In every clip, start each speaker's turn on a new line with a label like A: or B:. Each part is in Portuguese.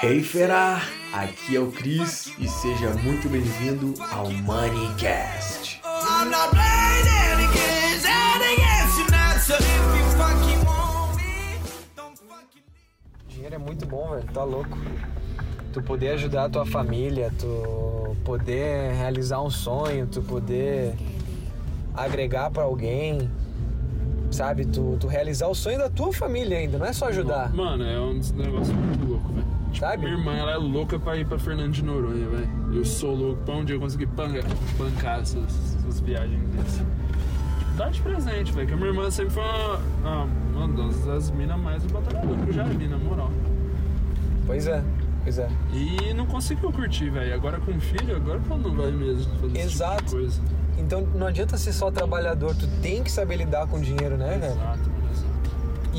A: Hey fera, aqui é o Chris e seja muito bem-vindo ao Moneycast.
B: Dinheiro é muito bom, velho, tá louco. Tu poder ajudar a tua família, tu poder realizar um sonho, tu poder agregar pra alguém, sabe? Tu, tu realizar o sonho da tua família ainda, não é só ajudar,
C: Mano, é um dos negócios muito louco, velho.
B: sabe?
C: Minha irmã, ela é louca pra ir pra Fernando de Noronha, velho. Eu sou louco pra um dia eu conseguir banca- bancar essas, essas viagens dessas. Dá de presente, velho. Que a minha irmã sempre foi uma, uma, uma das, das minas mais batalhadoras que eu já vi, na moral.
B: Pois é, pois é.
C: E não conseguiu curtir, velho. Agora com o filho, agora que ela não vai mesmo fazer esse tipo
B: Exato.
C: de coisa.
B: Então não adianta ser só trabalhador, tu tem que saber lidar com o dinheiro, né, velho?
C: Exato, mano, exato.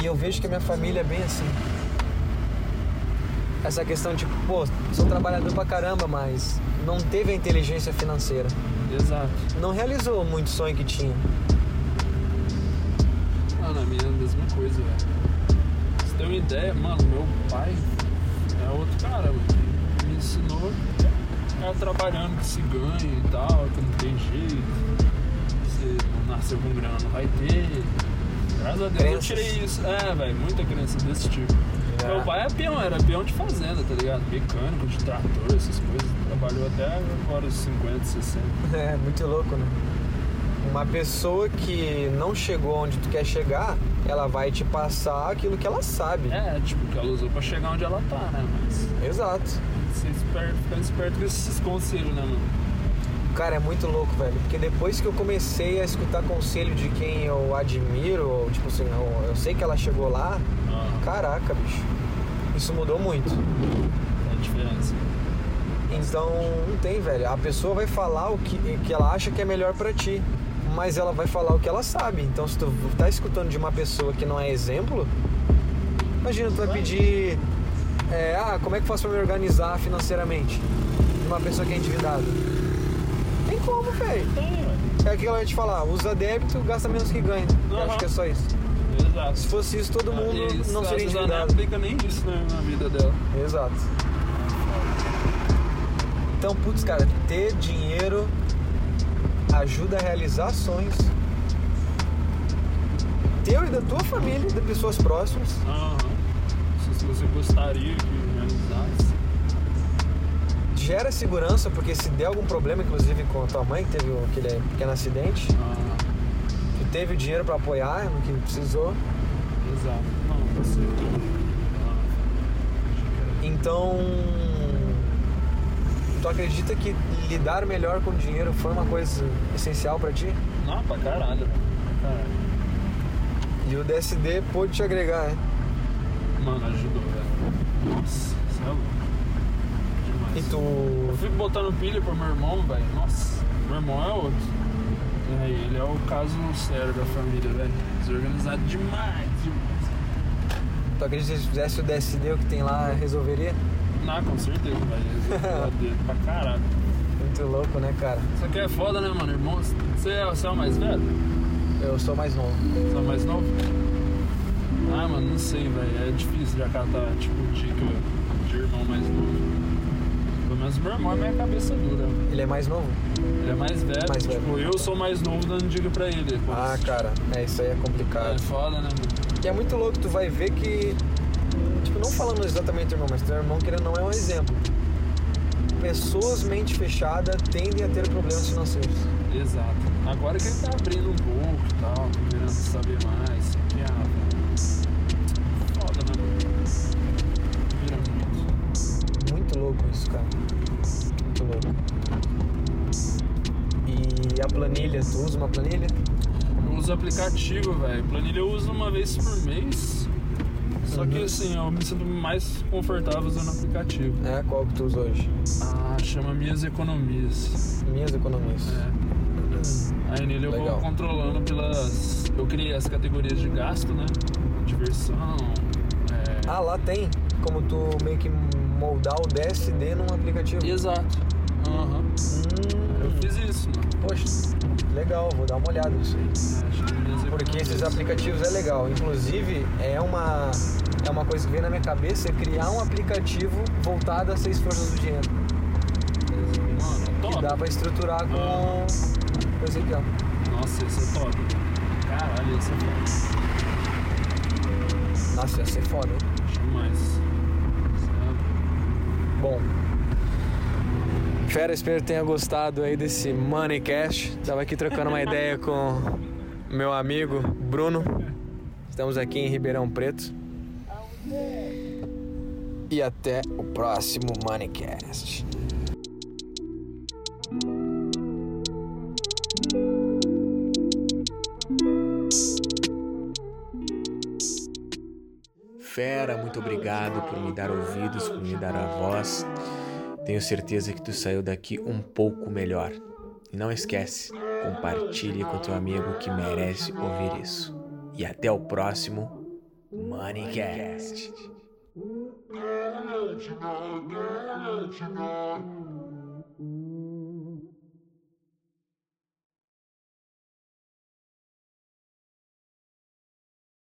B: E eu vejo que a minha família é bem assim. Essa questão, tipo, pô, sou trabalhador pra caramba, mas não teve a inteligência financeira.
C: Exato.
B: Não realizou muito sonho que tinha.
C: Mano, a minha é a mesma coisa, velho. Pra Você tem uma ideia, mano, meu pai é outro cara, mano. que Me ensinou cara trabalhando que se ganha e tal, que não tem jeito. Você não nasceu com grana, não vai ter. Graças a Deus
B: Crenças.
C: eu tirei isso. É, velho, muita crença desse tipo.
B: É.
C: Meu pai é peão, era peão de fazenda, tá ligado? Mecânico, de trator, essas coisas. Trabalhou até agora os 50, 60.
B: É muito louco, né? Uma pessoa que não chegou onde tu quer chegar, ela vai te passar aquilo que ela sabe.
C: É, tipo, que ela usou pra chegar onde ela tá, né? Mas.
B: Exato.
C: Ser é esperto, ficar esperto com esses conselhos, né, mano?
B: Cara, é muito louco, velho. Porque depois que eu comecei a escutar conselho de quem eu admiro, ou tipo assim, não, eu sei que ela chegou lá,
C: Ah,
B: caraca, bicho. Isso mudou muito.
C: É a diferença.
B: Então, não tem, velho. A pessoa vai falar o que, que ela acha que é melhor pra ti, mas ela vai falar o que ela sabe. Então, se tu tá escutando de uma pessoa que não é exemplo, imagina, tu vai pedir. é, ah, como é que eu faço pra me organizar financeiramente? De Uma pessoa que é endividada. Tem como, velho.
C: Tem, velho.
B: É aquilo que ela vai te falar: usa débito, gasta menos que ganha. Eu
C: Aham.
B: acho que é só isso.
C: Exato.
B: Se fosse isso, todo mundo
C: Isso,
B: não
C: às
B: seria
C: vezes ela não
B: endividado.
C: aplica nem isso né, na vida dela.
B: Exato. Então, putz, cara, ter dinheiro ajuda a realizar sonhos. Teu e da tua família, de pessoas próximas.
C: Aham. Não sei Se você gostaria que realizasse.
B: Gera segurança, porque se der algum problema, inclusive com a tua mãe, que teve aquele pequeno acidente,
C: Ah,
B: tu teve o dinheiro pra apoiar no que precisou.
C: exato. Não, você. Ah,
B: Então, tu acredita que lidar melhor com o dinheiro foi uma coisa essencial pra ti?
C: Ah, Não, pra caralho, velho. Pra caralho.
B: E o DSD pôde te agregar, né?
C: Mano, ajudou, velho. Nossa, isso é louco. Demais.
B: E
C: Eu
B: tu.
C: fico botando pilha pro meu irmão, velho. Nossa, meu irmão é outro. É, ele é o caso sério da família, velho. Desorganizado demais, demais.
B: Tu acredita que se fizesse o DSD, o que tem lá, resolveria?
C: Não, Ah, com certeza, velho. Ele é pra caralho.
B: Muito louco, né, cara?
C: Isso aqui é foda, né, mano? Irmão, você é, você é o mais velho?
B: Eu sou mais novo.
C: Você é o mais novo? Ah, mano, não sei, velho. É difícil de acatar, tipo, dica de irmão mais novo. Pelo menos meu irmão é minha cabeça dura. velho.
B: Ele é mais novo?
C: Ele é mais velho,
B: Mais
C: tipo,
B: velho.
C: eu sou mais novo dando dica pra ele. Pô,
B: Ah, cara, é isso aí é
C: É
B: complicado.
C: foda, né, mano?
B: E é muito louco, tu vai ver que. Tipo, não falando exatamente do irmão, mas teu irmão querendo ou não é um exemplo. Pessoas mente fechada tendem a ter problemas financeiros.
C: Exato. Agora que ele tá abrindo um pouco e tal, tá querendo saber mais, que é foda, né? mano? Vira muito.
B: Muito louco isso, cara. Muito louco. E a planilha, tu usa uma planilha?
C: Eu uso aplicativo, velho. Planilha eu uso uma vez por mês. Só que
B: Uhum.
C: assim, eu me sinto mais confortável usando aplicativo.
B: É, qual que tu usa hoje?
C: Ah, chama Minhas Economias.
B: Minhas economias.
C: É. Aí nele eu
B: Legal.
C: vou controlando pelas. Eu criei as categorias de gasto, né? Diversão. É...
B: Ah, lá tem como tu meio que moldar o DSD num aplicativo.
C: Exato. Aham. Eu
B: Hum,
C: fiz isso, mano.
B: poxa, legal, vou dar uma olhada nisso aí.
C: Acho que minhas
B: Porque esses
C: economias-
B: aplicativos é legal. Inclusive, é uma. é uma coisa que vem na minha cabeça, é criar um aplicativo voltado a seis forças do dinheiro.
C: Mano, top.
B: Que dá pra estruturar com. Coisa aqui, ó.
C: Nossa, esse é top. Caralho, esse é top.
B: Nossa, ia ser foda. hein?
C: Demais. é Sabe?
B: Bom. Fera, espero que tenha gostado aí desse Moneycast. Tava aqui trocando uma ideia com meu amigo Bruno. Estamos aqui em Ribeirão Preto. E até o próximo Moneycast.
A: Fera, muito obrigado por me dar ouvidos, por me dar a voz. Tenho certeza que tu saiu daqui um pouco melhor. E não esquece, compartilhe com teu amigo que merece ouvir isso. E até o próximo Moneycast.
D: Money,